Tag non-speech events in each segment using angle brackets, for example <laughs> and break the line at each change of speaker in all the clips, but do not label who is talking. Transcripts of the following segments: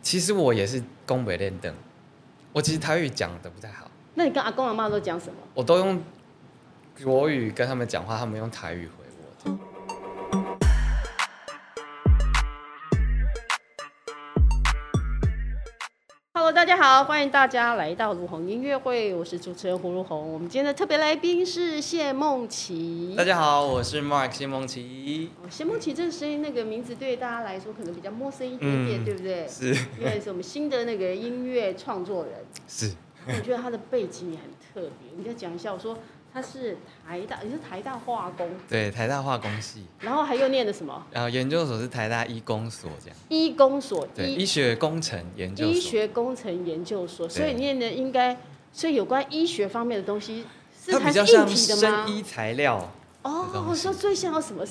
其实我也是宫北练灯，我其实台语讲的不太好，
那你跟阿公阿妈都讲什么？
我都用国语跟他们讲话，他们用台语回我。这样
？Hello，大家好，欢迎大家来到卢红音乐会，我是主持人胡如红。我们今天的特别来宾是谢梦琪。
大家好，我是 Mark 谢梦琪，
哦，谢梦琪这个声音那个名字对大家来说可能比较陌生一点点，
嗯
对不对？
是
因为是我们新的那个音乐创作
<laughs>
人，
是
我觉得他的背景也很特别。你再讲一下，我说他是台大，你是台大化工，
对台大化工系，
然后还又念的什么
然后研究所是台大医工所这样，
医工所
对医
医
学工程研究
医
所，
学工程研究所，所以
对
念的应该，所以有关医学方面的东西是
它
还
比较
是硬
像
体的
生
吗？
医材料，的
哦，
东
我
西
说最像有什么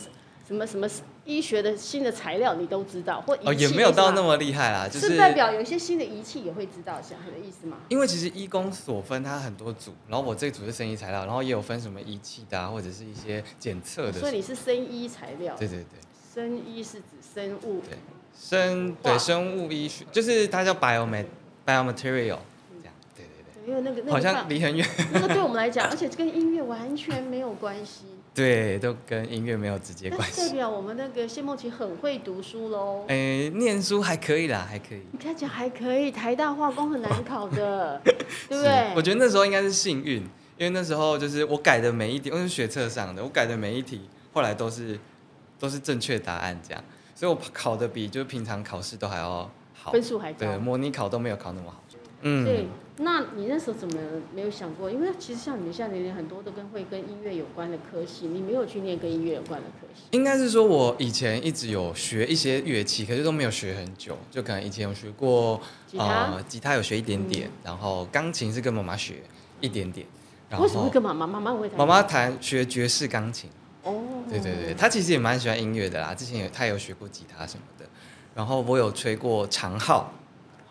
什么什么医学的新的材料，你都知道，或仪器
哦也没有到那
么。
么厉害啦，就是
代表有一些新的仪器也会知道，像他的意思吗？
因为其实医工所分它很多组，然后我这组是生医材料，然后也有分什么仪器的、啊，或者是一些检测的。
所以你是生医材料，
对对对，
生医是指生物，
对生对生物医学，就是它叫 biomat biomaterial 这样，对对
对因为那个
对，
那个
好像
范
离很远， <laughs>
那个对我们来讲，而且跟音乐完全没有关系，
对，都跟音乐没有直接
但
关
是代 <laughs>
系。
表我们那个谢梦琪很会读书喽。
诶，念书还可以啦，还可以。
你看讲还可以，台大化工很难考的，对不
是
对？
嗯我觉得那时候应该是幸运，因为那时候就是我改的每一题，我是学测上的，我改的每一题后来都是都是正确答案这样，所以我考的比就是平常考试都还要好
分，数还高。
对，模拟考都没有考那么好。
对
嗯，，
那你那时候怎么没有想过？因为其实像你们现在年龄很多都跟会跟音乐有关的科系，你没有去念跟音乐有关的科系。
应该是说我以前一直有学一些乐器，可是都没有学很久，就可能以前有学过啊
吉他，
吉他有学一点点，
嗯
然后钢琴是跟妈妈学一点点，然
为什么会
后
跟妈妈？妈妈会弹
妈妈弹学爵士钢琴。
哦，
对对对，，他其实也蛮喜欢音乐的啦，之前有他有学过吉他什么的，然后我有吹过长号，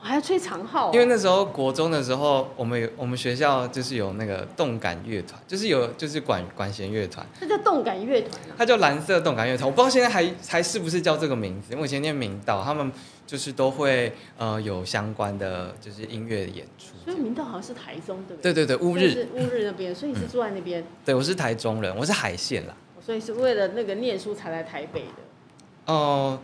我还要吹长号哦、
因为那时候国中的时候，我们有我们学校就是有那个动感乐团，就是有就是管管弦乐团，
那叫动感乐团啊。
它叫蓝色动感乐团，我不知道现在还还是不是叫这个名字，因为我以前念明道，他们就是都会呃有相关的就是音乐演出。
所以明道好像是台中，对不对？
对对对，乌
所
日，
以是乌日那边，所以你是住在那边，
对我是台中人，我是海线啦。
所以是为了那个念书才来台北的。
哦，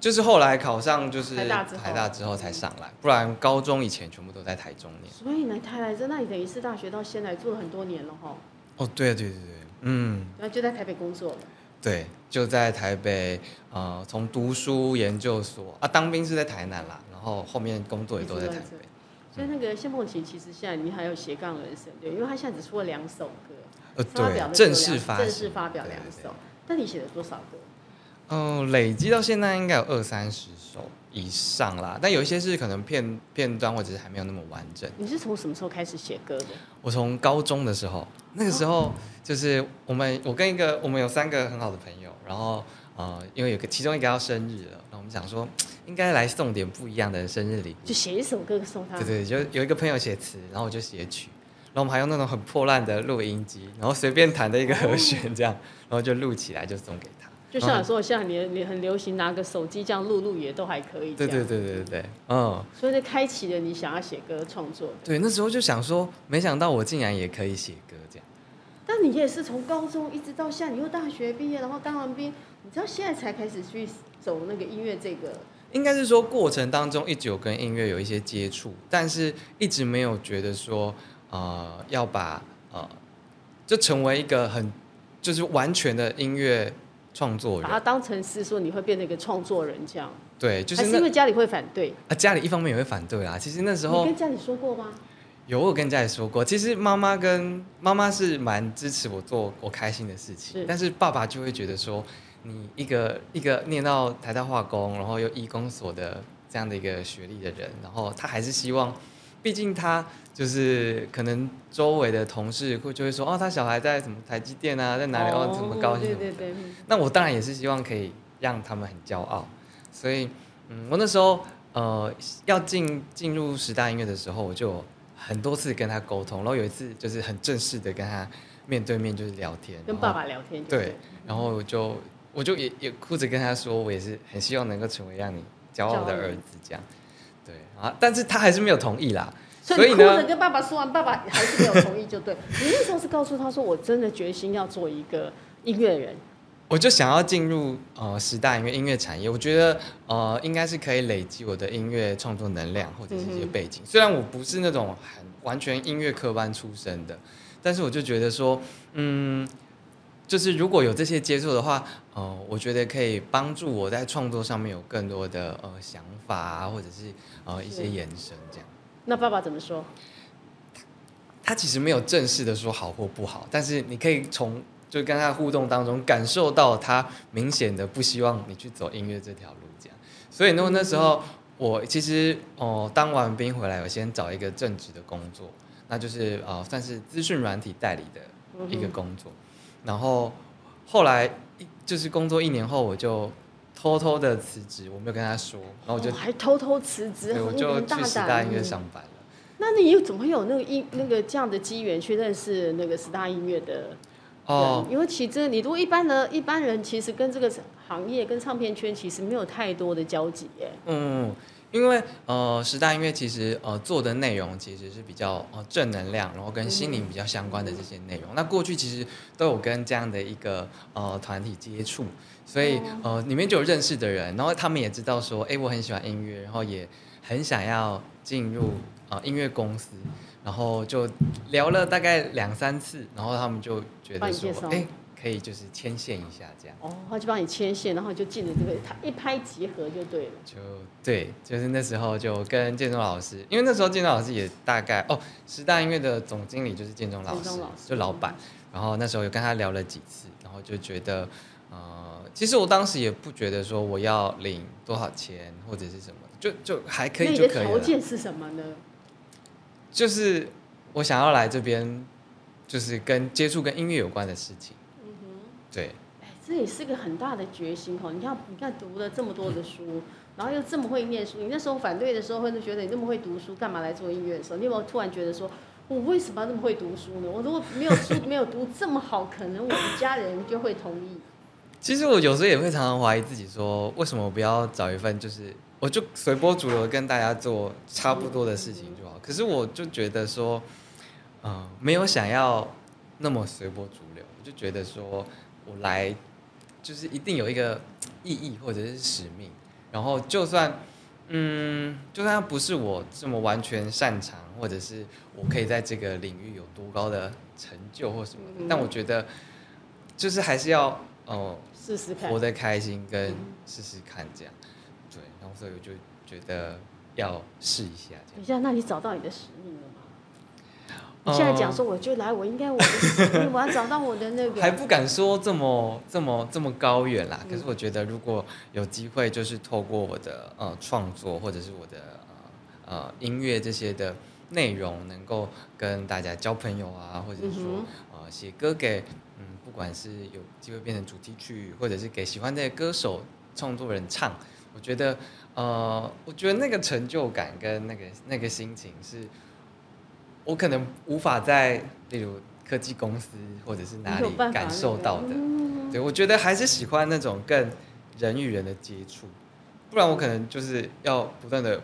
就是后来考上就是
台大之后
大之后才上来，不然高中以前全部都在台中念。
所以呢，台来在那里等于是大学到现在住了很多年了哈，
哦，对对对对，嗯，
然后就在台北工作了。
对，就在台北，呃，从读书研究所啊，当兵是在台南啦，然后后面工作也都在台
一直都在
北。
所以那个谢梦琪其实现在你还有斜杠人生，对，因为他现在只出了两首歌，
呃，
发表
对，
的
正
只有
式
两
发
正式
行
发表两。
对对对
首，但你写了多少歌？
嗯，累积到现在应该有二三十首以上啦，但有一些是可能片片段或者是还没有那么完整。
你是从什么时候开始写歌的？
我从高中的时候，那个时候
哦
就是我们，我跟一个我们有三个很好的朋友，然后呃，因为有个其中一个要生日了，然后我们想说应该来送点不一样的生日礼物
就，写一首歌送他
对。对，就有一个朋友写词，然后我就写曲，然后我们还用那种很破烂的录音机，然后随便弹的一个和弦这样，然后就录起来就送给他，
哦就
然
像
后
你说，像你你很流行拿个手机这样录录也都还可以。
对对。对对对对，嗯，
所以就开启了你想要写歌创作的。
对，那时候就想说，没想到我竟然也可以写歌这样。
但你也是从高中一直到现在，你又大学毕业，然后当完兵，你知道现在才开始去走那个音乐这个，
应该是说过程当中一直有跟音乐有一些接触，但是一直没有觉得说呃要把呃就成为一个很就是完全的音乐创作
把它
人。
当成是说你会变成一个创作人这样，
对，就
还
是
是因
那
为家里会反对？
啊家里一方面也会反对啦。其实那时
你
候
跟家里说过吗？
有我有跟家里说过，其实妈妈跟妈妈是蛮支持我做我开心的事情，
是
但是爸爸就会觉得说你一个一个念到台大化工，然后又医工所的这样的一个学历的人，然后他还是希望，毕竟他就是可能周围的同事会就会说哦，他小孩在什么台积电啊，在哪里哦，怎么高兴
对
什么
对对，嗯
那我当然也是希望可以让他们很骄傲，所以，嗯，我那时候呃要进进入十大音乐的时候，我就有很多次跟他沟通，然后有一次就是很正式的跟他面对面就是聊天，
跟
然后
爸爸聊天就
对，然后我就我就也也哭着跟他说，我也是很希望能够成为让你骄傲的儿子这样。对啊，但是他还是没有同意啦。
所
以
以你哭着
呢，
跟爸爸说完，爸爸还是没有同意，
<laughs>
就对。你那时候是告诉他说，我真的决心要做一个音乐人，
我就想要进入呃时代音乐音乐产业，我觉得呃应该是可以累积我的音乐创作能量或者是一些
嗯哼
背景。虽然我不是那种很完全音乐科班出身的，但是我就觉得说，嗯，就是如果有这些接触的话，呃，我觉得可以帮助我在创作上面有更多的呃想法啊，或者是呃一些
是
延伸这样。
那爸爸怎么说？
他其实没有正式的说好或不好，但是你可以从就跟他互动当中感受到他明显的不希望你去走音乐这条路这样。所以呢，那时候我其实哦、呃当完兵回来，我先找一个正职的工作，那就是呃算是资讯软体代理的
嗯哼
一个工作。然后后来一就是工作一年后，我就偷偷的辞职，我没有跟他说，然后我就、
哦还偷偷辞职，
对我
很
就
大
去时大
胆。
音乐
嗯
上班了。
那你又怎么会有那个音那个这样的机缘去认识那个十大音乐的
哦、
人因为其实你如果一般的一般人，其实跟这个行业跟唱片圈其实没有太多的交集耶。
嗯，因为呃，十大音乐其实呃做的内容其实是比较呃正能量，然后跟心灵比较相关的这些内容。
嗯
那过去其实都有跟这样的一个呃团体接触，所以
嗯
呃里面就有认识的人，然后他们也知道说，哎，我很喜欢音乐，然后也很想要进入呃音乐公司。然后就聊了大概两三次，然后他们就觉得
帮你介
说
绍，
哎，可以就是牵线一下这样。
哦，他就帮你牵线，然后就进了这个，他一拍即合就对了。
就对，就是那时候就跟建中老师，因为那时候建中老师也大概哦，十大音乐的总经理就是建中老师，
建中老师嗯
就老板。然后那时候有跟他聊了几次，然后就觉得，呃，其实我当时也不觉得说我要领多少钱或者是什么，就就还可
那
以
你
就
的
可以
条
了。
件是什么呢？
就是我想要来这边，就是跟接触跟音乐有关的事情。
嗯哼，
对，
哎，这也是个很大的决心哦。你看，你看读了这么多的书，然后又这么会念书，你那时候反对的时候，会不会觉得你那么会读书，干嘛来做音乐的时候，你有没有突然觉得说？我为什么要那么会读
<laughs>
书呢？我如果没有书，没有读这么好，可能我的家人就会同意。
其实我有时候也会常常怀疑自己说，为什么我不要找一份就是我就随波逐流跟大家做差不多的事情就好？可是我就觉得说，嗯、没有想要那么随波逐流，我就觉得说我来就是一定有一个意义或者是使命，然后就算。嗯，就算它不是我这么完全擅长，或者是我可以在这个领域有多高的成就或什么的，
嗯
但我觉得就是还是要呃
试试看
活。得开心跟
嗯
试试看这样，对，然后所以我就觉得要试一下这
等一
样。
下，那你找到你的使命了吗？你
呃
现在讲说我就来，我应该我的使
<laughs>
命，我要找到我的那
还
个。
不敢说这么这么这么高远啦，
嗯
可是我觉得如果有机会，就是透过我的呃创作或者是我的呃呃音乐这些的内容，能够跟大家交朋友啊，或者是说、
嗯
呃写歌给嗯，不管是有机会变成主题曲，或者是给喜欢的歌手创作人唱，我觉得呃，我觉得那个成就感跟那个那个心情是，我可能无法在例如科技公司或者是哪
你有
里
办法
感受到的。
嗯
对，我觉得还是喜欢那种更人与人的接触，不然我可能就是要不断的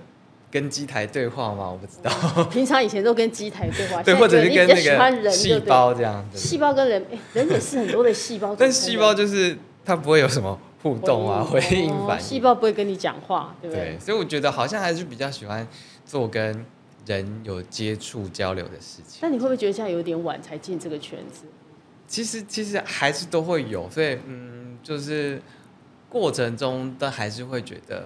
跟机台对话嘛，我不知道。
平常以前都跟机台对
<laughs>
话，
对，
现在
或者是
觉得
跟
你比较喜
那
欢
个
人，
细
对不对？
胞这样子。
细胞跟人，哎，人也是很多的细胞组成的。
但细胞就是它不会有什么互动啊、回应
哦
反应。
细胞不会跟你讲话，对不
对
对？，
所以我觉得好像还是比较喜欢做跟人有接触交流的事情。
那你会不会觉得现在有点晚才进这个圈子？
其实其实还是都会有，所以嗯，就是过程中都还是会觉得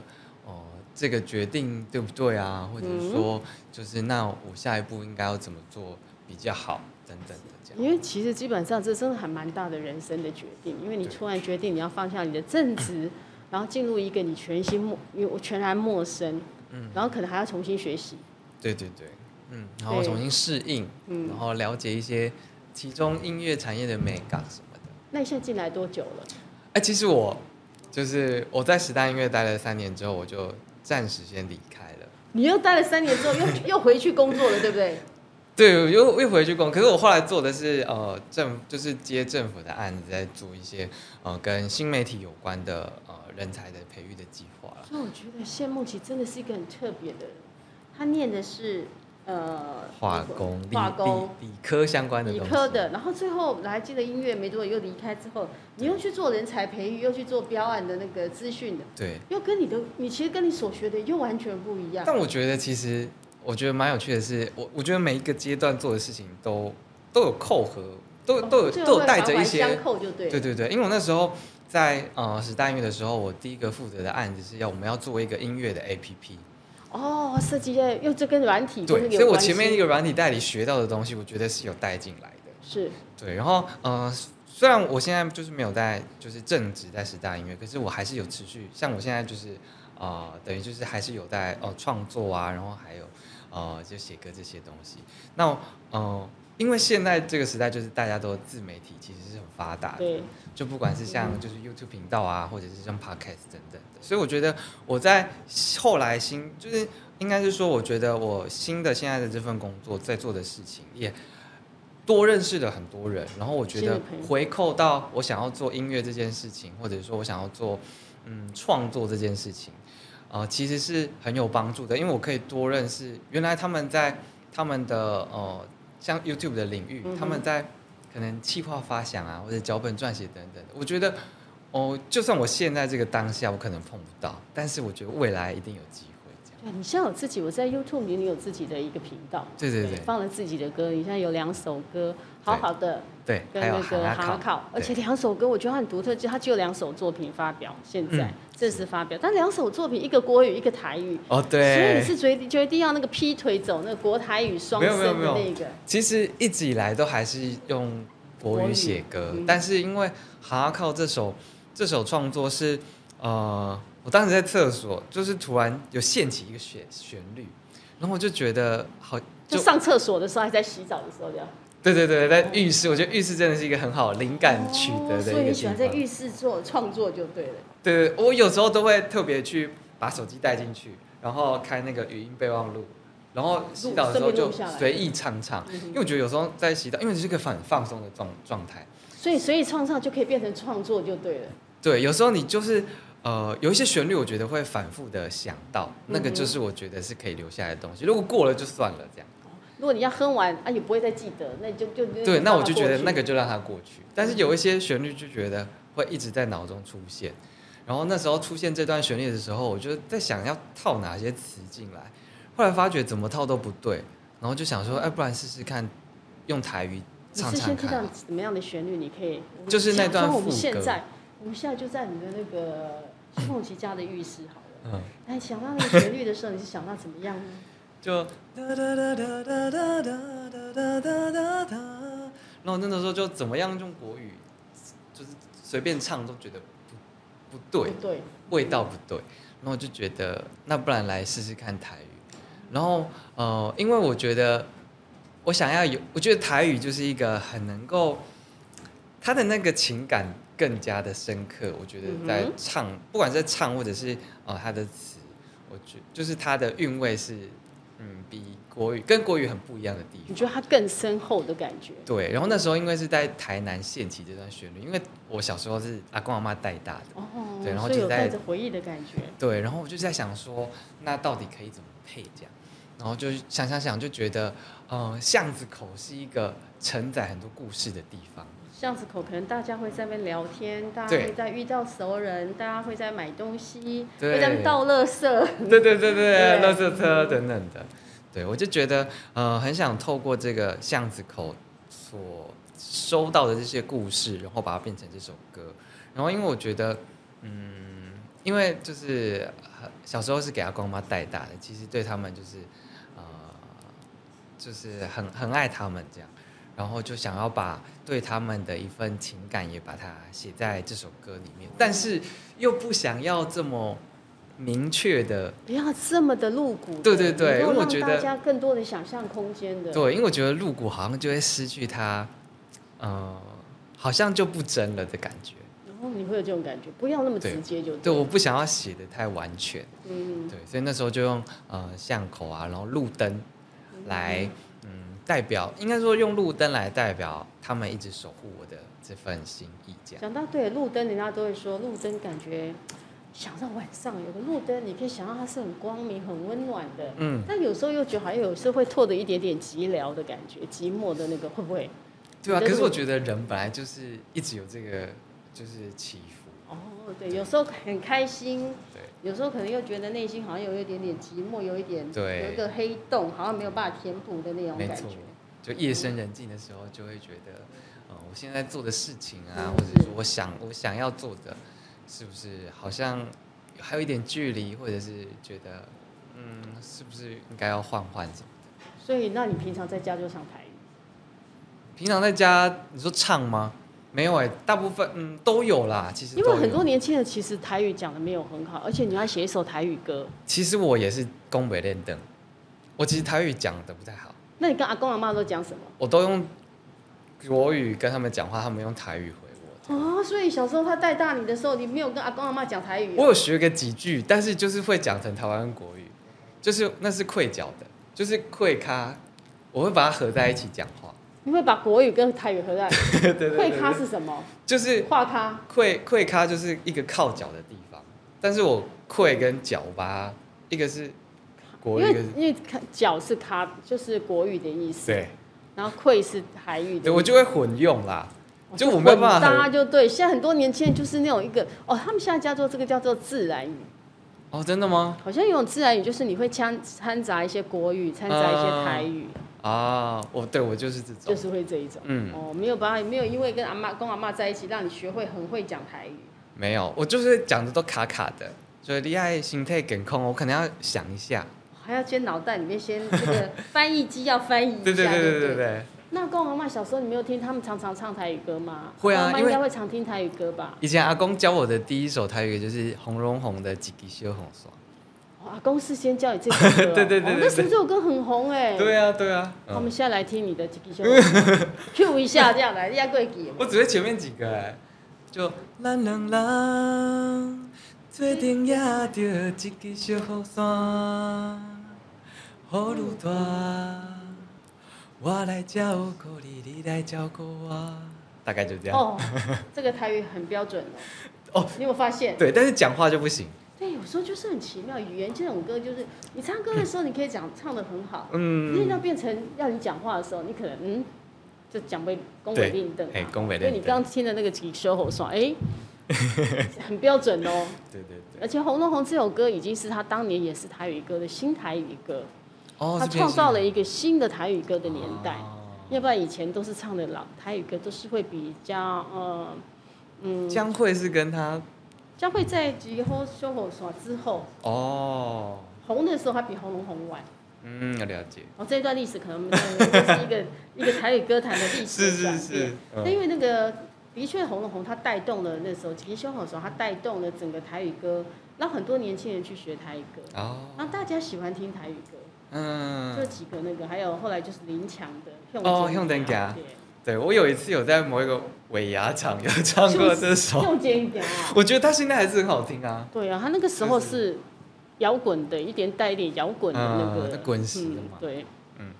哦、这个决定对不对啊？或者是说，就是那我下一步应该要怎么做比较好，等等的这样。
因为其实基本上这真的还蛮大的人生的决定，因为你
对
突然决定你要放下你的
<coughs>
正职，然后进入一个你全新陌，因为我全然陌生，
嗯，
然后可能还要重新学习，
对对对，嗯，然后
对
重新适应，
嗯
然。后了解一些其中音乐产业的美感什么的。
那你现在进来多久了？
哎、其实我就是我在时代音乐待了三年之后，我就暂时先离开了。
<laughs> 你又待了三年之后，又又回去工作了，对不对？
对，我又又回去工，可是我后来做的是呃政，就是接政府的案子，在做一些呃跟新媒体有关的呃人才的培育的计划啦。
所以我觉得谢梦琪真的是一个很特别的人，他念的是呃
化工、理
化工。
理理科相关的
理
东西。
科的，然后最后来进了音乐没多久又离开之后，你又去做人才培育，又去做标案的那个资讯的，
对，
又跟你的你其实跟你所学的又完全不一样。
但我觉得其实我觉得蛮有趣的是，我我觉得每一个阶段做的事情都都有扣合，都都有
最后
都有
哦会
带
环
着一
环
些
相扣就对了。
对对对，因为我那时候在呃时代音乐的时候，我第一个负责的案子是要我们要做一个音乐的 APP，
哦，设计业又这跟软体就是
对，所以我前面那个软体代理学到的东西，我觉得是有带进来的。
是
对，然后呃，虽然我现在就是没有在就是正职在时代音乐，可是我还是有持续，像我现在就是呃，等于就是还是有在哦创作啊，然后还有呃就写歌这些东西。那呃，因为现在这个时代就是大家都自媒体其实是很发达的，
对，
就不管是像
嗯
就是 YouTube 频道啊，或者是像 Podcast 等等的，所以我觉得我在后来新就是应该是说，我觉得我新的现在的这份工作在做的事情也多认识了很多人，然后我觉
新的
得
朋友
回扣到我想要做音乐这件事情，或者说我想要做嗯创作这件事情，呃，其实是很有帮助的，因为我可以多认识原来他们在他们的呃像 YouTube 的领域，
嗯哼
他们在可能企划发想啊，或者脚本撰写等等的，我觉得哦，就算我现在这个当下我可能碰不到，但是我觉得未来一定有机会这样。
对你现在有自己，我在 YouTube 里你有自己的一个频道，
对对对
放了自己的歌，你现在有两首歌，好好的
对，
跟
还有
那个
韩
哈
考，
考，而
对
且两首歌我觉得它很独特，就它只有两首作品发表，现在
嗯
正式发表，但两首作品一个国语一个台语，
哦
所
对，
以你是决定决定要那个劈腿走那个国台语双
没有
声
没有没
的
有
那个，
其实一直以来都还是用国语写歌，
国语嗯
但是因为《哈靠》这首这首创作是呃，我当时在厕所，就是突然有现起一个旋旋律，然后我就觉得好，
就上厕所的时候还在洗澡的时候这样。
对对对，在浴室，我觉得浴室真的是一个很好灵感取得的
哦
一个地方。
所以你喜欢在浴室做创作就对了。
对对，我有时候都会特别去把手机带进去，然后开那个语音备忘录，然后洗澡的时候
顺便
就
录下来
随意唱唱，
嗯哼
因为我觉得有时候在洗澡，因为这是个很放松的状状态。
所以，所以创造就可以变成创作就对了。
对，有时候你就是呃，有一些旋律，我觉得会反复的想到，那个就是我觉得是可以留下来的东西。如果过了就算了，这样。
如果你要哼完啊，你不会再记得，那你就就
对，那我就觉得那个就让它过去。嗯但是有一些旋律就觉得会一直在脑中出现，然后那时候出现这段旋律的时候，我就在想要套哪些词进来，后来发觉怎么套都不对，然后就想说，哎，不然试试看用台语
你
唱
是
唱
先听
看
到
啊。
怎么样的旋律，你可以我们
就是那段
假装我们
副歌
现在，我们现在就在你的那个徐梦琪家的浴室好了。
嗯，
哎，想到那个旋律的时候，你是想到怎么样呢？
就。然后那时候就怎么样用国语，就是随便唱都觉得不不对，
不对，
味道不对，然后我就觉得那不然来试试看台语，然后呃，因为我觉得我想要有，我觉得台语就是一个很能够，他的那个情感更加的深刻，我觉得
嗯哼
在唱，不管是在唱或者是呃他的词，我觉就是他的韵味是嗯比国语跟国语很不一样的地方
你。觉得它更深厚的感觉。
对，然后那时候因为是在台南县起这段旋律，因为我小时候是阿公阿妈带大的，
哦，
对然后
所以
就
有
在
带着回忆的感觉。
对，然后我就在想说，那到底可以怎么配这样？然后就想想想，就觉得，呃，巷子口是一个承载很多故事的地方。
巷子口可能大家会在那边聊天，大家
对
会在遇到熟人，大家会在买东西，
对
会在那边倒垃圾。
<laughs> 对对对啊对，
对
垃圾车等等的。对，我就觉得，呃，很想透过这个巷子口所收到的这些故事，然后把它变成这首歌。然后，因为我觉得，嗯，因为就是呃小时候是给阿公妈带大的，其实对他们就是，呃，就是很很爱他们这样。然后就想要把对他们的一份情感也把它写在这首歌里面，但是又不想要这么明确的
不要这么的露骨的，
对对对
能
因为
够
我
让
觉
大
得
家更多的想象空间的。，
对，因为我觉得露骨好像就会失去它，呃，好像就不真了的感觉。
然后你会有这种感觉，不要那么
对
直接就
对，我不想要写的太完全，
嗯，
对，所以那时候就用呃巷口啊，然后路灯来，嗯，代表，应该说用路灯来代表他们一直守护我的这份心意，这样。
讲到对路灯，人家都会说路灯感觉，想到晚上有个路灯，你可以想到它是很光明、很温暖的。
嗯，
但有时候又觉得好像有时候会透着一点点寂寥的感觉，寂寞的那个会不会？
对啊。
你的
可
路
是我觉得人本来就是一直有这个就是起伏，
哦，对，有时候很开心，
对，
有时候可能又觉得内心好像有一点点寂寞，有一点
对
有一个黑洞，好像没有办法填补的那种
没
感
错
觉。。
就夜深人静的时候，就会觉得，呃，我现在做的事情啊，
嗯
或者说我想我想要做的，是不是好像还有一点距离，或者是觉得，嗯，是不是应该要换换什么？
所以，那你平常在家就唱台语？
平常在家，你说唱吗？没有哎、大部分嗯都有啦，其实
因
都
为
有
很多年轻人其实台语讲的没有很好，而且你要写一首台语歌，
其实我也是东北练灯，我其实台语讲的不太好，
那你跟阿公阿妈都讲什么？
我都用国语跟他们讲话，他们用台语回我。
哦，所以小时候他带大你的时候，你没有跟阿公阿妈讲台语、啊
我有学个几句，但是就是会讲成台湾国语，就是那是溃脚的，就是溃咖，我会把它合在一起讲
<laughs>
话。
你会把国语跟台语合在一起？
对对对
会
对
咖是什么？
就是
画咖。
溃溃咖就是一个靠脚的地方，但是我溃跟脚吧，一个是
因
国语，一个
为
是
因为咖脚是咖，就是国语的意思。。
对。
然后愧是台语的
对，
意
我
思。
就会混用啦。就我没有
混
办法很
搭就对，现在很多年轻人就是那种一个哦，他们现在叫做这个叫做自然语，
哦，真的吗？
好像有种自然语就是你会掺掺杂一些国语，掺杂一些台语，
啊，我对我就是这种，
就是会这一种。
嗯，
哦，没有办法，没有因为跟阿妈跟阿妈在一起，让你学会很会讲台语。
没有，我就是讲的都卡卡的，所以厉害心态梗控，我可能要想一下。
还要先脑袋里面先这个翻译机要翻译一下，
对对
不
对对对对，
那跟我妈妈小时候，你没有听他们常常唱台语歌吗？
会啊
妈妈
因
应
为
该会常听台语歌吧？
以前阿公教我的第一首台语就是红绒红的几滴修红霜。
哦阿公事先教你这首歌哦、
<laughs> 对对对对
哦
对
那时候这首歌很红哎。
对啊对啊，
我
嗯
们现在来听你的几首 <laughs> ，Q 一下这样来，压贵
<laughs>
记。
我只会前面几个哎，就咱两人做阵也着一支小雨伞，雨愈大，我来照顾你，你来照顾我。大概就这样。 <laughs>
哦，这个台语很标准哦。
哦，
你有没有发现？
对，但是讲话就不行。
对，有时候就是很奇妙，语言这种歌就是你唱歌的时候你可以讲唱的很好，
嗯
你一到变成要你讲话的时候，你可能嗯，就讲被恭
对
维另等啊。
哎恭维
因为
另
你
等
刚刚听的那个几首吼爽，
<laughs>
哎，很标准哦。
对对
而。且《红楼红》这首歌已经是他当年也是台语歌的新台语歌，
哦，
他
这边
创
是
造了一个新的台语歌的年代。
哦
要不然以前都是唱的老台语歌，都是会比较呃嗯，
江蕙是跟他
将会在几后修火耍之后
哦，
红的时候，还比《红楼红》晚。
嗯，了解。
哦，这一段历史可能就是一个一个台语歌坛的历史
是
的转
<laughs> 是
变。
是，嗯
那因为那个的确，红了红，它带动了那时候吉修好时候，它带动了整个台语歌，让很多年轻人去学台语歌，
哦，
让大家喜欢听台语歌。这
嗯，
几个那个，还有后来就是林强的《
哦向前行对我有一次有在某一个尾牙场 <laughs> 有唱过这
对，
首，
用肩一啊。
<laughs> 我觉得他现在还是很好听啊。
对啊，他那个时候
就是
摇滚的，一点带一点摇滚的那
嗯
个
那滚石的
嗯
嘛
对，
嗯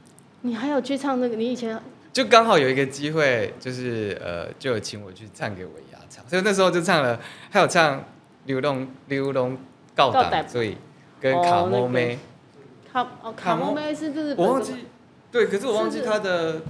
你还有去唱那个？你以前
就刚好有一个机会，就是呃，就有请我去唱给尾牙唱，所以那时候就唱了，还有唱《流浪流浪告
告白
党罪》跟
哦
卡
那
莫
个
妹，
卡哦卡
卡莫
莫妹是日本的
我忘
吗
记，对，可是我忘
是
记
不是
他的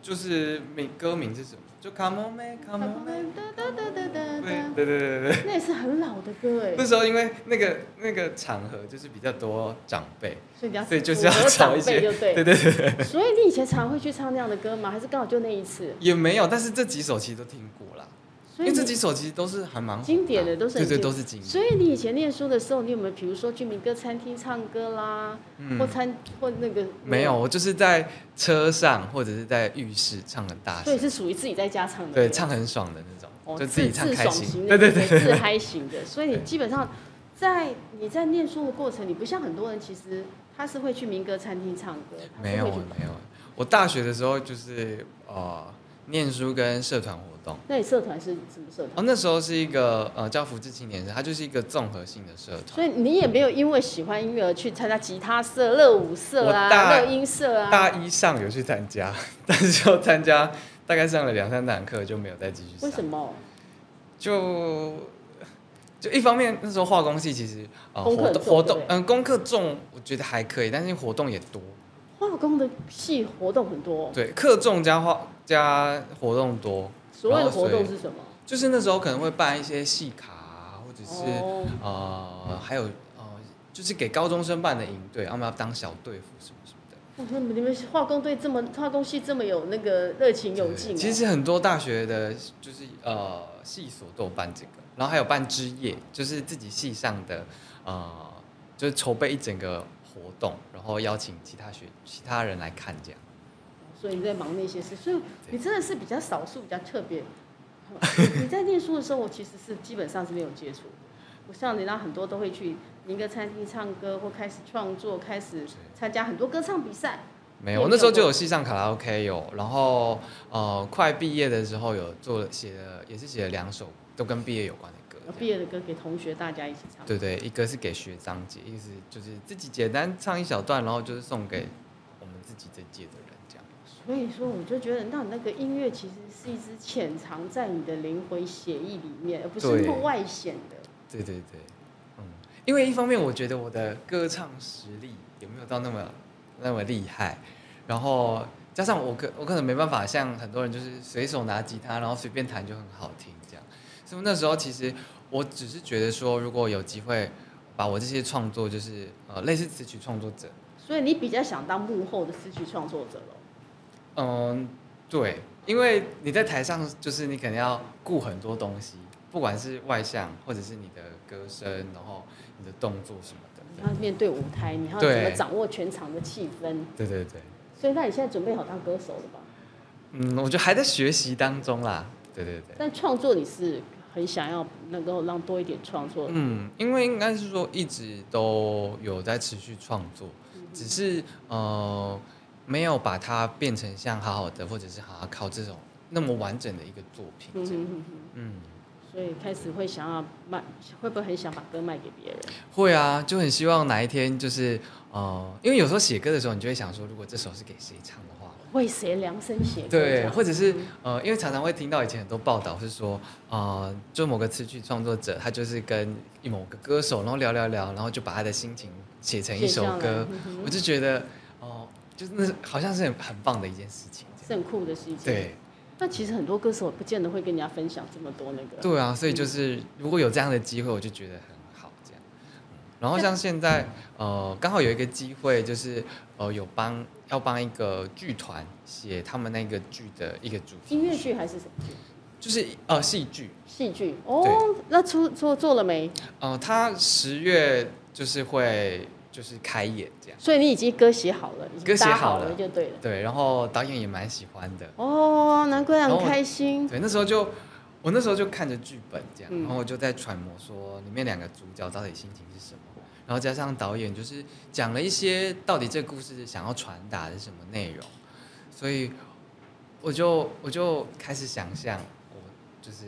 就是名歌名是什么，就卡莫妹卡
卡
莫
莫妹
妹，
哒哒哒哒哒哒
对。对对对对对。
那也是很老的歌哎
那，时候因为那个那个场合就是比较多长辈，
所以你要
所以就是要找一些
符合长辈就对。
对对对，
所以你以前常会去唱那样的歌吗？还是刚好就那一次？
也没有，但是这几首其实都听过啦，
所
因
以
为这
你
几首其实都是还蛮红
经典的都是很
对对
经
都是经典，
所以你以前念书的时候，你有没有比如说去民歌餐厅唱歌啦，或
嗯，
餐或那个
没有，？我就是在车上或者是在浴室唱很大
所以
声，
是属于自己在家唱的。
啊对，唱很爽的那种，
哦
就自己唱
自
开
爽
心，
型
对
的，
对对，
自嗨型的。所以你
对
基本上在你在念书的过程，你不像很多人，其实他是会去民歌餐厅唱歌，他
没
是
有啊
会去
没有，我大学的时候就是呃，念书跟社团活动。
那你社团是什么社团？
哦，那时候是一个呃叫福智青年社，它就是一个综合性的社团。
所以你也没有因为喜欢音乐而去参加吉他社、乐舞社
我
啊、
大
乐音社啊。
大一上有去参加，但是就参加大概上了两三堂课就没有再继续上。
为什么？
就就一方面那时候化工系其实呃
功
活
课很
动
重
活
对
动
不
嗯功课重我觉得还可以，但是活动也多，
化工的系活动很多，
对课重加化加活动多，
所谓的
然后
活动
所
是什么？
就是那时候可能会办一些戏卡啊，或者是、
哦，
呃还有呃就是给高中生办的营队，他们要当小队服什么什么的。
哇那你们化工队这么化工系这么有那个热情有劲、
对其，实很多大学的，就是呃系所都有办这个，然后还有办之夜，就是自己系上的呃，就是筹备一整个活动，然后邀请其他学其他人来看这样。
所以你在忙那些事，所以你真的是比较少数，比较
<laughs>
特别。你在念书的时候，我其实是基本上是没有接触的。不像人家很多都会去民歌餐厅唱歌，或开始创作，开始参加很多歌唱比赛。
没
你
有，
有
我那时候
跳
就
过
有系上卡拉 OK 有，然后呃快毕业的时候有做了写了也是写了两首都跟毕业有关的歌
然后。哦毕
这样
业的歌给同学大家一起唱。
对对，一个是给学长姐，一个是就是自己简单唱一小段，然后就是送给我们自己这届的人这样。
所以说，我就觉得，那你那个音乐其实是一支潜藏在你的灵魂血液里面，而不是
对
那么外显的。
对对对，嗯，因为一方面我觉得我的歌唱实力有没有到那么那么厉害，然后加上我可我可能没办法像很多人就是随手拿吉他然后随便弹就很好听这样，所以那时候其实我只是觉得说如果有机会把我这些创作就是呃类似词曲创作者，
所以你比较想当幕后的词曲创作者咯。
嗯，对，因为你在台上就是你可能要顾很多东西，不管是外向或者是你的歌声，然后你的动作什么的。
你要面对舞台，你要
对
怎么掌握全场的气氛？
对对对，
所以，那你现在准备好当歌手了吧？
嗯，我觉得还在学习当中啦。对对对，
但创作你是很想要能够让多一点创作。
嗯，因为应该是说一直都有在持续创作，
嗯
只是呃没有把它变成像好好的或者是好好靠这种那么完整的一个作品
嗯
这样。
哼哼哼
嗯，
所以开始会想要卖，会不会很想把歌卖给别人？
会啊，就很希望哪一天就是呃，因为有时候写歌的时候，你就会想说，如果这首是给谁唱的话，
为谁量身写歌这
对，
样？
或者是呃，因为常常会听到以前很多报道是说，呃，就某个词曲创作者，他就是跟一某个歌手，然后聊聊聊，然后就把他的心情写成一首
写下来
歌，
嗯哼
我就觉得哦、就是那好像是很很棒的一件事情。
是很酷的事情。
对
那其实很多歌手不见得会跟人家分享这么多那个。
对啊，所以就是如果有这样的机会，我就觉得很好这样。嗯然后像现在呃，刚好有一个机会，就是呃有帮要帮一个剧团写他们那个剧的一个主题曲，
音乐剧还是什么剧？
就是呃戏剧。
戏剧哦，那出做做了没？
呃，他十月就是会就是开演这样，
所以你已经歌写好了，已经
歌写
搭
好
好了
了
就对了。
对，然后导演也蛮喜欢的，
哦，难怪很
然后
开心。
对，那时候就我那时候就看着剧本这样，
嗯
然后我就在揣摩说里面两个主角到底心情是什么，然后加上导演就是讲了一些到底这故事想要传达的什么内容，所以我就我就开始想象，我就是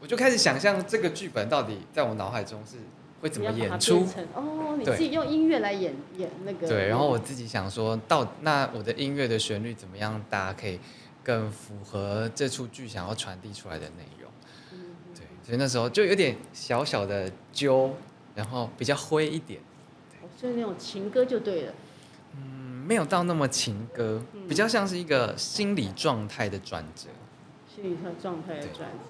我就开始想象这个剧本到底在我脑海中是会怎么
你要
演
把它
出
变。成？哦，你
对
自己用音乐来演演那个。嗯
对，然后我自己想说，到那我的音乐的旋律怎么样搭，可以更符合这出剧想要传递出来的内容。
嗯
对，所以那时候就有点小小的揪，然后比较灰一点，
哦所以那种情歌就对了。
嗯，没有到那么情歌，
嗯
比较像是一个心理状态的转折。
心理状状态的
对
转折。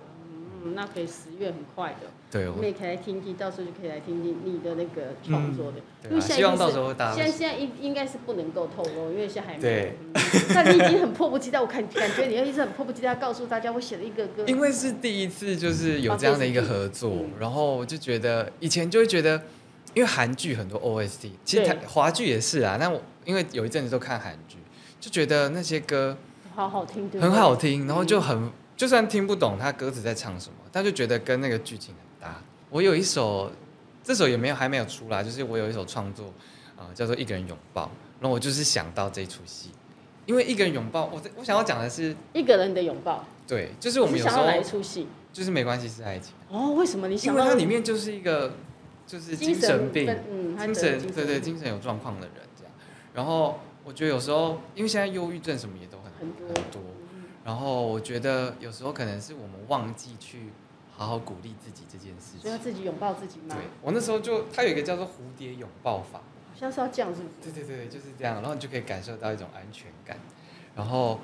嗯，那可以十月很快的，
对，
你
我
们也可以来听听，到时候就可以来听听你的那个创作的。因
对、
为
啊，
现在
希望
就是
到时候大
现
家
在现在应应该是不能够透露，因为现在还没有。 <laughs>
对
嗯。那你已经很迫不及待，我感感觉你要一直很迫不及待地告诉大家，我写了一个歌。
因为是第一次，就是
哦
有这样的一个合作，
嗯
然后我就觉得以前就会觉得，因为韩剧很多 OST，其实
对
台华剧也是啊。那我因为有一阵子都看韩剧，就觉得那些歌
好好听，对不对嗯
很好。听，然后就很就算听不懂他歌词在唱什么，但就觉得跟那个剧情很搭。我有一首，这首也没有还没有出来，就是我有一首创作，呃，叫做《一个人拥抱》，然后我就是想到这出戏，因为一个人拥抱，我在我想要讲的是，
一个人的拥抱，
对，就是我们
你
有
是
时
想要
候
哪一出戏？
就是没关系是爱情，
哦，为什么你
因
想
为
到
它里面就是一个就是精神病，
分嗯，他
精
得
神
精
对对精神有状况的人这样。然后我觉得有时候，因为现在忧郁症什么也都很
很多嗯
然后我觉得有时候可能是我们忘记去好好鼓励自己这件事
所以要
情。
自己拥抱自己吗
对？我那时候就，它有一个叫做蝴蝶拥抱法，
好像是要这样，是不是？
对对对，就是这样，然后你就可以感受到一种安全感。然后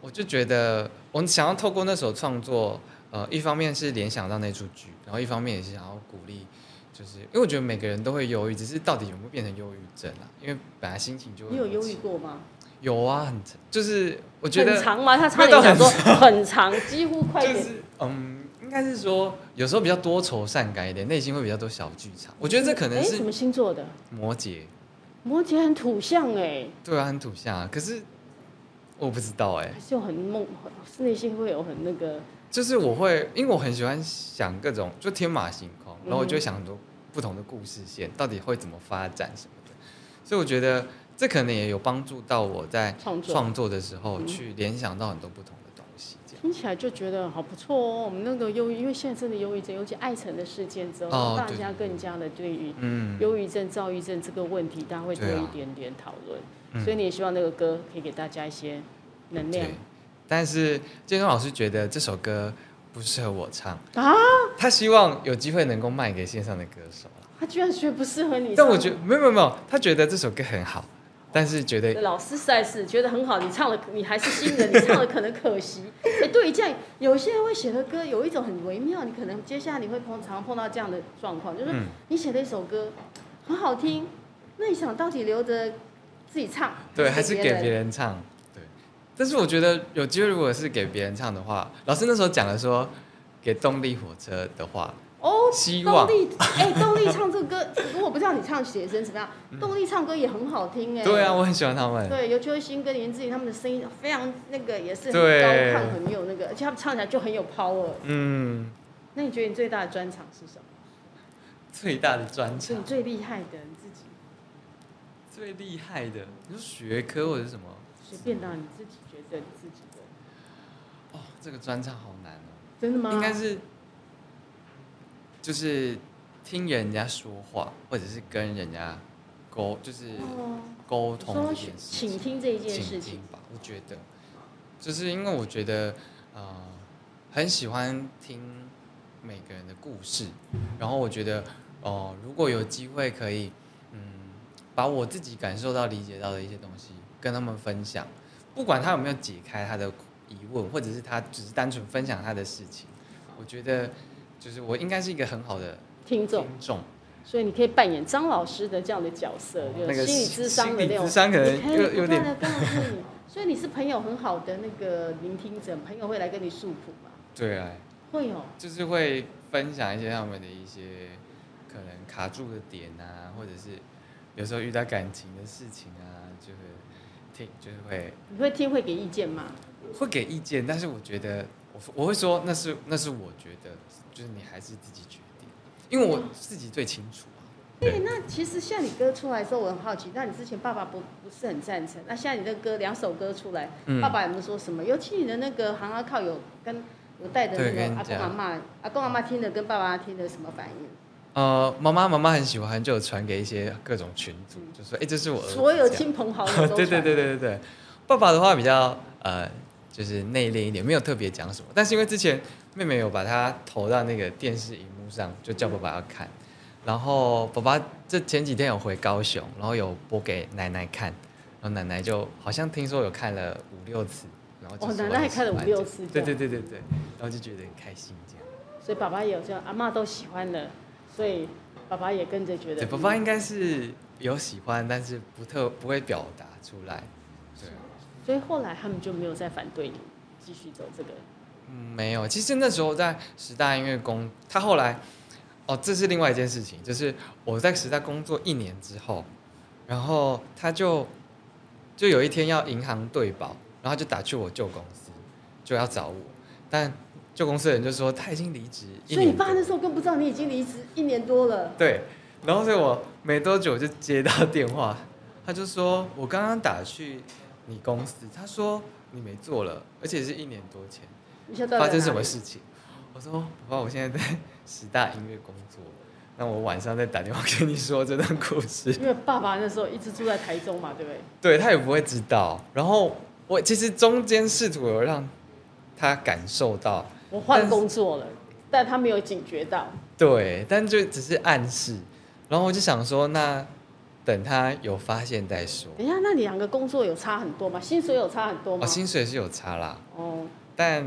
我就觉得，我想要透过那首创作，呃，一方面是联想到那出剧，然后一方面也是想要鼓励，就是因为我觉得每个人都会忧郁，只是到底有没有变成忧郁症啊？因为本来心情就会
你有
很
忧
奇
郁过吗？
有啊，很就是啊我觉得
很长吗？他差点讲说很长，几乎快
就
点。
是嗯，应该是说有时候比较多愁善感一点，内心会比较多小剧场。我觉得这可能
哎，什
是
么星座的？
摩羯，
摩羯很土象哎，
对啊，很土象啊。可是我不知道哎、
还是有很梦，很内心会有很那个。
就是我会，因为我很喜欢想各种就天马行空，然后我就会想很多不同的故事线，到底会怎么发展什么的。所以我觉得这可能也有帮助到我在
创作
创作的时候
嗯
去联想到很多不同的东西，这样。
听起来就觉得好不错哦。我们那个忧郁，因为现在真的忧郁症，尤其爱晨的事件之后，
哦
大
对
家更加的对于
嗯，
忧郁症、躁郁症这个问题，大家会多
对啊
一点点讨论。
嗯
所以你也希望那个歌可以给大家一些能量
对。但是建中老师觉得这首歌不适合我唱，
啊！
他希望有机会能够卖给线上的歌手啦
他居然学不适合你唱，
但我觉得没有没有没有，他觉得这首歌很好，但是觉得
老师实在是觉得很好，你唱了，你还是新人，你唱了可能可惜。 <laughs> 哎、对，这样有些人会写的歌有一种很微妙，你可能接下来你会碰常碰到这样的状况，就是
嗯
你写了一首歌很好听，那你想到底留着自己唱，
对，还是给别
人？
人唱。对，但是我觉得有机会如果是给别人唱的话，老师那时候讲的说，给动力火车的话，
哦，
希
动
望
力，哎、动力唱这个歌，如果不知道你唱写成怎么样，动力唱歌也很好听哎、
嗯对啊，我很喜欢他们。
对，尤其是新歌林志颖他们的声音非常那个，也是很
对
高亢，很有那个，而且他们唱起来就很有 power。
嗯，
那你觉得你最大的专长是什么？
最大的专
是你
场，
最厉害的，你自己
最厉害的，你说学科或者是什么？
随便拿你自己觉得你自己的，
哦，这个专场好难哦。
真的吗？
应该是就是听人家说话，或者是跟人家沟，就是
哦，
沟
我
通
说
这件事
请
情，
听这一件
倾
事
听
情，
吧。我觉得，就是因为我觉得，呃，很喜欢听每个人的故事，然后我觉得，哦、如果有机会可以，嗯，把我自己感受到、理解到的一些东西跟他们分享，不管他有没有解开他的疑问，或者是他只是单纯分享他的事情，我觉得就是我应该是一个很好的
听
听
众，
众。
所以你可以扮演张老师的这样的角色，
那
就
个
心理
心
智商的
心理
那种，
智商可能
你可以
有有点
不断地告诉你，哦所以你是朋友很好的那个聆听者，朋友会来跟你诉苦嘛？
对啊，
会哦，
就是会分享一些他们的一些可能卡住的点啊，或者是有时候遇到感情的事情啊，就会听，就是会
你会听会给意见吗？
会给意见，但是我觉得我我会说那是那是我觉得，就是你还是自己决定，因为我自己最清楚啊。
对，那其实像你歌出来之后，我很好奇，那你之前爸爸不不是很赞成，那现在你的歌两首歌出来，
嗯
爸爸有没有说什么？尤其你的那个《行阿靠》有跟有带的那
对
个
跟
阿公
讲
阿妈，阿公阿妈听的跟爸爸听的什么反应？
呃，妈妈妈妈很喜欢，就有传给一些各种群组，就说哎、这是我儿子
所有
这样
亲朋好友
<laughs>
都
对对
传
对对对对，爸爸的话比较呃，就是内敛一点，没有特别讲什么。但是因为之前妹妹有把他投到那个电视荧幕上，就叫爸爸要看。然后爸爸这前几天有回高雄，然后有播给奶奶看，然后奶奶就好像听说有看了五六次，然后就
哦
说
奶奶
很喜
看了
欢
五六
这
次
对对
这样
对对对，然后就觉得很开心这样。
所以爸爸也有这样，阿妈都喜欢了，所以爸爸也跟着觉得
对，
嗯。
爸爸应该是有喜欢，但是不特不会表达出来。对。
所以后来他们就没有再反对你继续走这个。
嗯，没有。其实那时候在十大音乐工，他后来，哦，这是另外一件事情，就是我在十大工作一年之后，然后他就就有一天要银行对保，然后就打去我旧公司，就要找我，但旧公司的人就说他已经离职一
所以你
年
爸
多
那时候更不知道你已经离职一年多了。
对，然后所以我没多久就接到电话，他就说我刚刚打去你公司，他说你没做了，而且是一年多前，
你现在到底
发生
在
什
哪
么
里？
事情？我说，爸爸，我现在在 <laughs> 十大音乐工作，那我晚上再打电话跟你说这段故事。 <laughs>
因为爸爸那时候一直住在台中嘛，对不对？
对他也不会知道。然后我其实中间试图有让他感受到，
我
但
换
是
工作了，但他没有警觉到。
对，但就只是暗示。然后我就想说，那等他有发现再说。
等一下，那你两个工作有差很多吗？薪水有差很多吗
哦，？薪水是有差啦，
哦，
但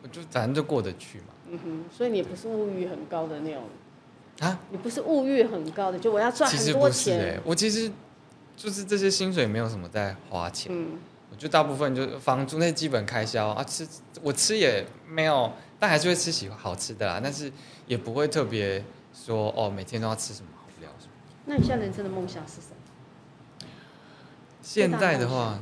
我就反正就过得去嘛。
嗯哼，所以你也不是物欲很高的那种，
啊，
你不是物欲很高的，就我要赚
其
很
实
多
不是哎、
钱。
我其实就是这些薪水没有什么在花钱，
嗯，
我就大部分就是房租那些基本开销啊，吃我吃也没有，但还是会吃喜欢好吃的啦，但是也不会特别说哦每天都要吃什么好无聊什么。
那你现在人生的梦想是什么？
现在的
最大
话
梦，想，嗯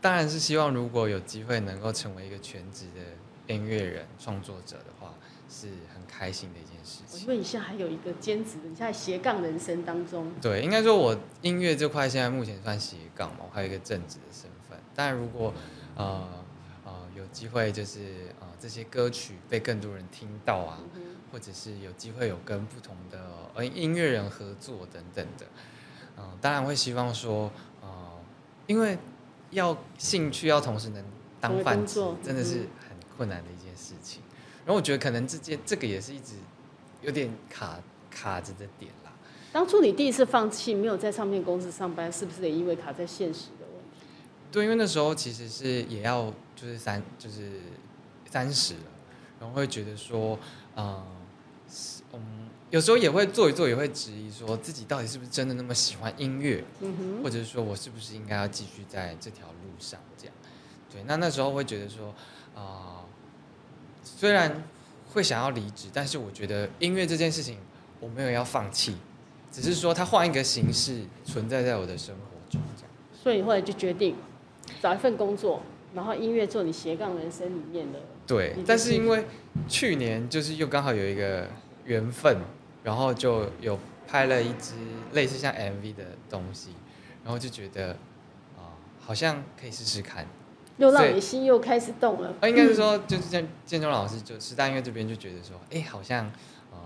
当然是希望如果有机会能够成为一个全职的音乐人创作者的话，是很开心的一件事
我
情
因。为你现在还有一个兼职的，你现在斜杠人生当中，
对，应该说我音乐这块现在目前算斜杠嘛，我还有一个正职的身份。但如果呃呃有机会，就是呃这些歌曲被更多人听到啊，
嗯哼
或者是有机会有跟不同的呃音乐人合作等等的，嗯、当然会希望说，呃，因为要兴趣要同时能当饭吃
成为工作，嗯
真的是很困难的一件事情。然后我觉得可能这件这个也是一直有点卡卡着的点啦。
当初你第一次放弃没有在唱片公司上班，是不是也因为卡在现实的问题？
对，因为那时候其实是也要就是三就是三十了，然后会觉得说，嗯、是嗯，有时候也会做一做，也会质疑说自己到底是不是真的那么喜欢音乐，
嗯哼，
或者是说我是不是应该要继续在这条路上这样。对，那那时候会觉得说，啊、虽然会想要离职，但是我觉得音乐这件事情我没有要放弃，只是说它换一个形式存在在我的生活中这样。
所以你后来就决定找一份工作，然后音乐做你斜杠人生里面的。
对
你，就
但
是
是因为去年就是又刚好有一个缘分，然后就有拍了一支类似像 MV 的东西，然后就觉得啊、好像可以试试看。
又让
对
你心又开始动了。
啊，应该是
嗯
说就是建建中老师就师大音乐这边就觉得说，哎、好像呃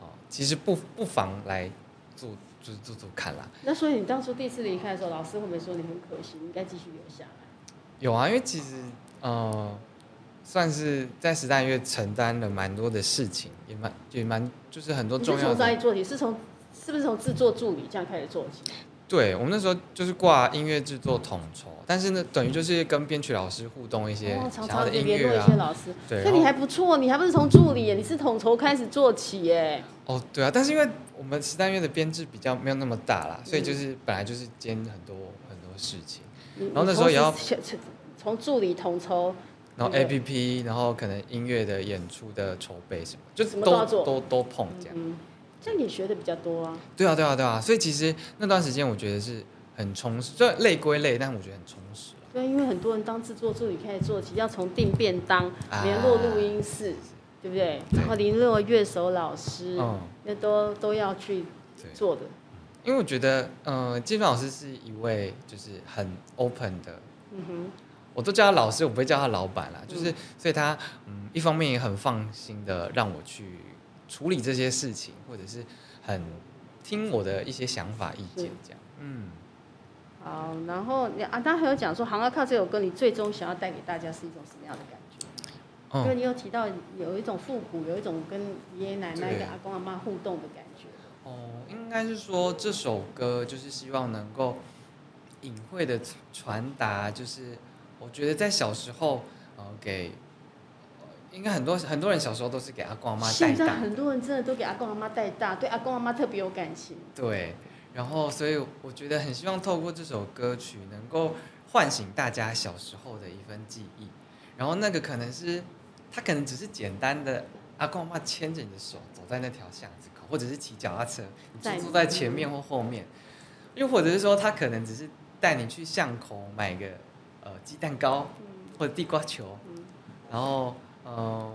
哦、其实不不妨来做做做做看啦。
那所以你当初第一次离开的时候，老师会不会说你很可惜，你应该继续留下来？
有啊，因为其实呃，算是在时代音乐承担了蛮多的事情，也蛮也蛮就是很多
你是
重要
从
的
哪。里做起？是从是不是从制作助理这样开始做起？
对我们那时候就是挂音乐制作统筹，但是呢，等于就是跟编曲老师互动一些
哦，常
想要
常
的
也
音
联络
乐
一些
啊。
老师，
对，
所以
然
你
后
还不错，你还不是从助理耶，你是统筹开始做起耶。
哦，对啊，但是因为我们时代音乐的编制比较没有那么大啦，所以就是本来就是兼很多很多事情，
你
然后那时候也要
你同时从从助理统筹，
然后
对
A P P，然后可能音乐的演出的筹备什么，就
什
是
么
都
都要做
都都碰这样。
嗯，这样也学的比较多啊。
对啊，对啊，对啊，所以其实那段时间我觉得是很充实，虽然累归累，但我觉得很充实啊。
对，因为很多人当制作助理开始做起，要从订便当、
啊
联络录音室，对不对？
对
然后联络乐手老师，
嗯，
那都都要去
对。
做的。
因为我觉得，呃，金老师是一位就是很 open 的，
嗯哼，
我都叫他老师，我不会叫他老板啦。
嗯
就是，所以他嗯，一方面也很放心的让我去处理这些事情，或者是很听我的一些想法、意见这样。嗯，
好，然后你啊，刚还有讲说《行啊靠》这首歌，你最终想要带给大家是一种什么样的感觉？因为
哦，
你有提到有一种复古，有一种跟爷爷奶奶、
对
跟阿公阿妈互动的感觉。
哦，应该是说这首歌就是希望能够隐晦的传达，就是我觉得在小时候，呃，给。呃应该很多很多人小时候都是给阿公阿妈带
现在
大，
很多人真的都给阿公阿妈带大，对阿公阿妈特别有感情。
对，然后所以我觉得很希望透过这首歌曲能够唤醒大家小时候的一份记忆，然后那个可能是他可能只是简单的阿公阿妈牵着你的手走在那条巷子口，或者是骑脚踏车，你
在
就坐在前面或后面，又或者是说他可能只是带你去巷口买个呃鸡蛋糕
嗯
或者地瓜球，
嗯，
然后，呃，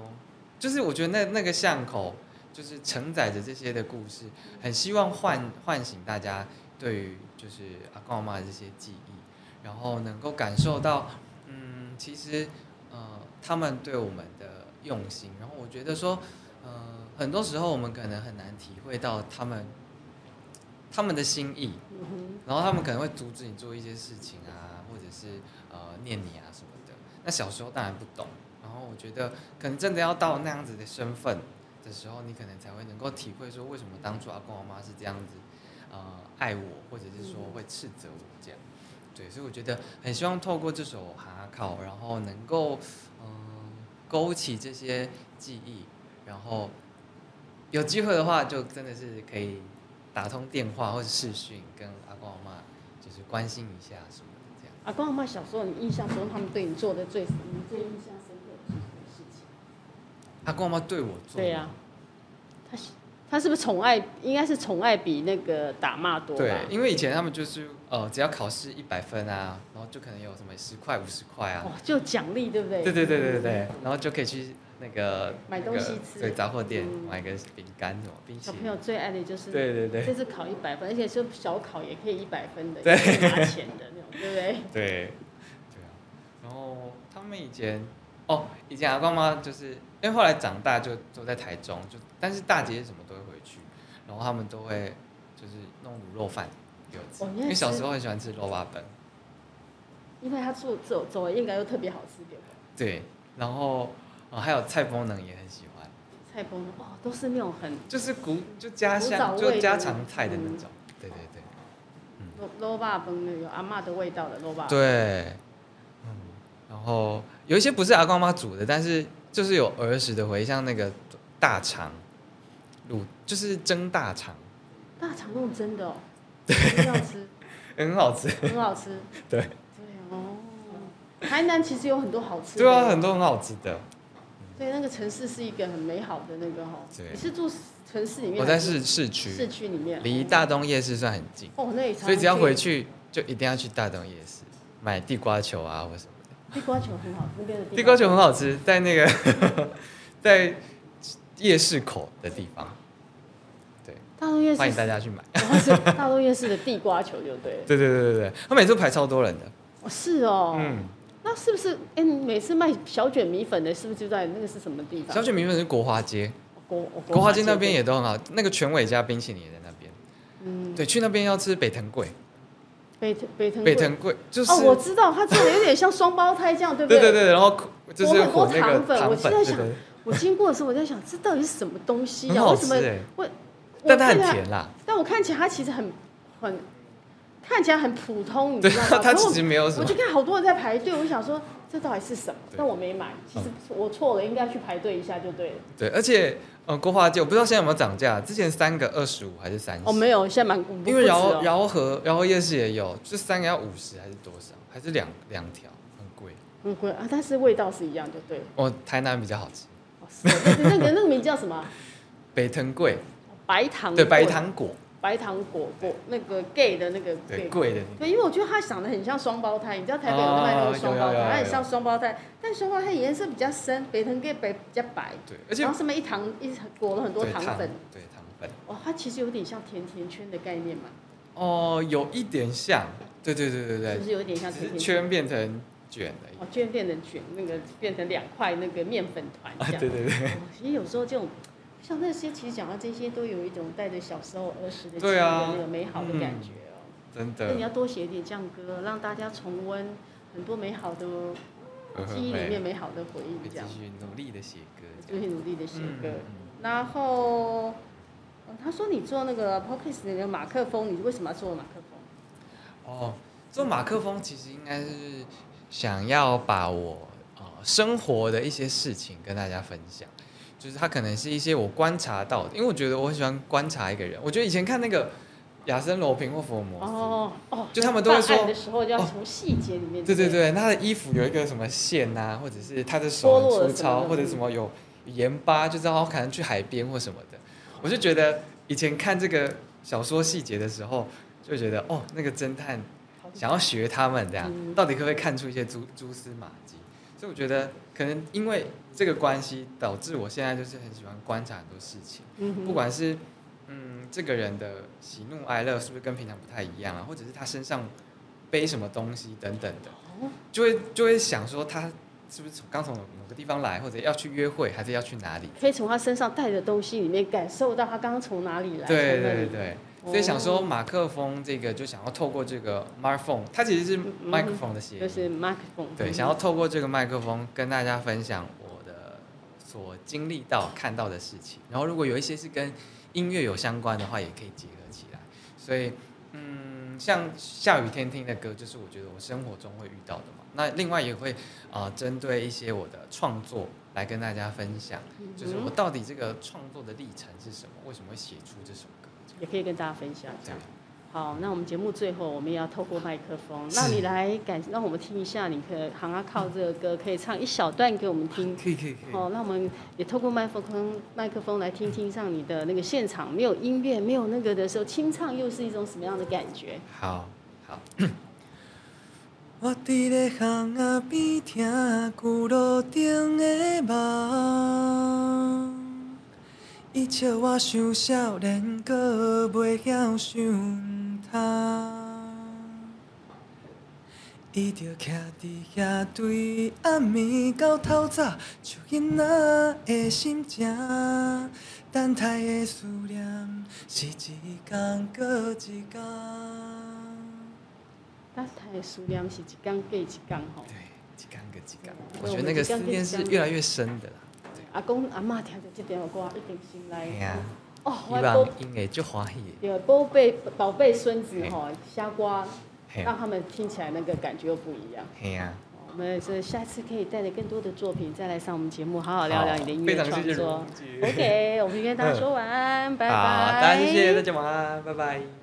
就是呃我觉得那那个巷口就是承载着这些的故事，呃很希望唤唤醒大家对于就是阿公阿妈的这些记忆，然后能够感受到，嗯，其实呃他们对我们的用心，然后我觉得说，呃，很多时候我们可能很难体会到他们他们的心意，
嗯哼，
然后他们可能会阻止你做一些事情啊，或者是呃念你啊什么的。那小时候当然不懂，然后我觉得可能真的要到那样子的身份的时候，你可能才会能够体会说为什么当初阿公阿妈是这样子，呃爱我，或者是说会斥责我这样。对，所以我觉得很希望透过这首《哈考》，然后能够嗯、勾起这些记忆，然后有机会的话，就真的是可以打通电话或者视讯跟阿公阿妈，就是关心一下什么的这样。
阿公阿妈小时候，你印象中他们对你做的最你最印象深刻的是什么事情？
阿公阿妈对我做，
对呀、他是他是不是宠爱？应该是宠爱比那个打骂多吧？
对，因为以前他们就是呃，只要考试一百分啊，然后就可能有什么十块、五十块啊
哦，，就奖励，对不对？
对对对对对对，然后就可以去那个
买东西吃
那个对杂货店
嗯
买个饼干什么冰淇
小朋
淋，
友最爱的就是
对对对
这次考一百分，而且是小考也可以一百分的，
对
也可以拿钱的那种，对不对？
对对啊。然后他们以前哦，以前阿公妈就是因为后来长大就都在台中，就但是大姐什么都会回去，然后他们都会就是弄卤肉饭给我吃，
哦你也
因为小
吃
时候很喜欢吃肉巴本。
因为他做走走应该又特别好吃，对吧？
对，然后、呃、还有蔡丰能也很喜欢，
菜崩哦，都是那种很
就是古就家
古早
乡
味
就
的
家
那
常菜的那
嗯
种，对对嗯对
肉肉霸崩的，有阿嬷的味道的肉霸。
对，嗯，然后有一些不是阿公妈煮的，但是就是有儿时的回忆，像那个大肠卤，就是蒸大肠，
大肠弄真的哦，很好
<laughs>
吃，
很好吃，
很好吃。
对
对哦，台南其实有很多好吃的。
对啊，很多很好吃的。
对，那个城市是一个很美好的那个哈、
对
你是住城市里面？
我在市市区
市，区里面。
离大东夜市算很近，
哦，那也常常
所以只要
可
回去就一定要去大东夜市买地瓜球啊或什么。
地瓜球很好，那边的
地瓜球很好吃，在那个在夜市口的地方，
大陆夜市
欢迎大家去买。
哦是
<laughs>
大陆夜市的地瓜球就对了。
对对对对对，他每次排超多人的。
哦是哦，
嗯，
那是不是？哎、你每次卖小卷米粉的，是不是就在那个是什么地方？
小卷米粉是国华街，
哦国哦
国华街那边也都很好，那个全伟家冰淇淋也在那边。
嗯，
对，去那边要吃北藤贵，
北藤北藤
北
贵
藤贵就是
嗯哦，我知道，它做的有点像双胞胎这样，对不
对对
对
对，然后就是
我
裹
很多
那个
糖粉我
糖
现在
粉，
想
对对
我经过的时候，我在想，这到底是什么东西
对，很
啊？
好
为什
吃
么？
哎，
为
但它很，
我看起来
甜啦，
但我看起来它其实很很看起来很普通，你
对
知道吗？，
<laughs> 它
可是我
其实没有什
我
么
就。看好多人在排队，我想说这到底是什么？
对嗯
但我没买，其实我错了，应该去排队一下就对了。
对，而且呃，国华街我不知道现在有没有涨价，之前三个二十五还是三十？
哦，没有，现在蛮恐
嗯
怖，
因为
不止
饶
哦
饶河饶河夜市也有，这三个要五十还是多少？还是两两条，很贵。
很贵啊，但是味道是一样就对了。
哦，台南比较好吃，
哦是哦但是那个那个名叫什么啊？
北藤贵，
白糖
对，白
果
糖果，
白糖果果那个 gay 的那个
对，
gay
贵的那个。
对，因为我觉得它长得很像双胞胎，你知道台北有卖那
哦
个双胞
有有有
胎，它很
有
像双胞胎，但双胞胎颜色比较深，北藤给北比较白，
对，而且
然后上面一糖一裹了很多
对
糖粉，，
对糖粉，
哦，它其实有点像甜甜圈的概念嘛，
哦，有一点像，对对对对
是
对
不，是有点像
只
甜
是
甜圈？
圈变成卷而已。
哦，卷变成卷，那个变成两块那个面粉团
啊
这，样。
对对 <laughs> 对，
哦其实有时候这种，像那些其实讲到这些，都有一种带着小时候儿时的记忆
对啊
的那个美好的感
嗯
觉哦。
真
那你
的。
要多写一点这样歌，让大家重温很多美好的
我
记忆里面
会
美好的回忆，
会嗯哎
这
继
样
续努力的写歌，这
就
样
是努力的写歌。
嗯嗯
然后、呃他说你做那个 podcast 那个马克风，你为什么要做马克风？
哦，做马克风其实应该是想要把我呃生活的一些事情跟大家分享，就是它可能是一些我观察到的，因为我觉得我很喜欢观察一个人。我觉得以前看那个亚森罗平或福尔摩斯，
哦哦，
就他们都会说
办案的时候就要
哦
从细节里面、
对对，对，那他的衣服有一个什么线呐、或者是他的
脱
手
落了
很粗
什么
糙，
的
或者什么有盐巴，就知道可能去海边或什么的。我就觉得以前看这个小说细节的时候，就觉得哦，那个侦探
好
想要学他们这样
嗯，
到底可不可以看出一些蛛蛛丝马迹？所以我觉得可能因为这个关系，导致我现在就是很喜欢观察很多事情，
嗯
不
哼，
管是嗯这个人的喜怒哀乐是不是跟平常不太一样啊，或者是他身上背什么东西等等的，
哦，
就会就会想说他是不是从刚从某个地方来，或者要去约会，还是要去哪里？
可以从他身上带的东西里面感受到他刚刚从哪里来。
对
从哪里
对对对，所以想说
哦
马克风这个就想要透过这个 microphone，它其实是
嗯
microphone 的谐
就
音，
是 microphone。
对，想要透过这个麦克风跟大家分享我的所经历到看到的事情，然后如果有一些是跟音乐有相关的话，也可以结合起来。所以，嗯，像下雨天听的歌，就是我觉得我生活中会遇到的嘛。那另外也会啊、呃针对一些我的创作来跟大家分享，
嗯哼
就是我到底这个创作的历程是什么，为什么会写出这首歌？
也可以跟大家分享这
对
样。，好，那我们节目最后我们也要透过麦克风，
是
让你来感，让我们听一下你可行啊靠这个歌，可以唱一小段给我们听。
嗯可以可以可以。
哦，那我们也透过麦克风麦克风来听听上你的那个现场，没有音乐，没有那个的时候，清唱又是一种什么样的感觉？
好，好。我伫咧巷仔边听旧路顶的梦，伊笑我伤少年，搁袂晓想通。伊着徛伫遐，对暗暝到透早，像囡仔的心情。等待的思念，是一天过一天。
那台数量是一缸过一缸吼
对，，一天过一天。
对
我觉得那个思念是越来越深的啦。
阿公阿嬷听着这条歌一定心内
哎呀，
哦，
希
我的宝
望因为就欢喜的。
对宝贝宝贝孙子吼，虾瓜
嘿
让他们听起来那个感觉又不一样。
嘿呀，
我们这下次可以带着更多的作品再来上我们节目，好好聊聊你的音乐
好非常
创
谢谢
作
荣。姐 <laughs>
OK，我们跟大家说晚安，拜拜。
好，大家谢谢，大家晚安，拜拜。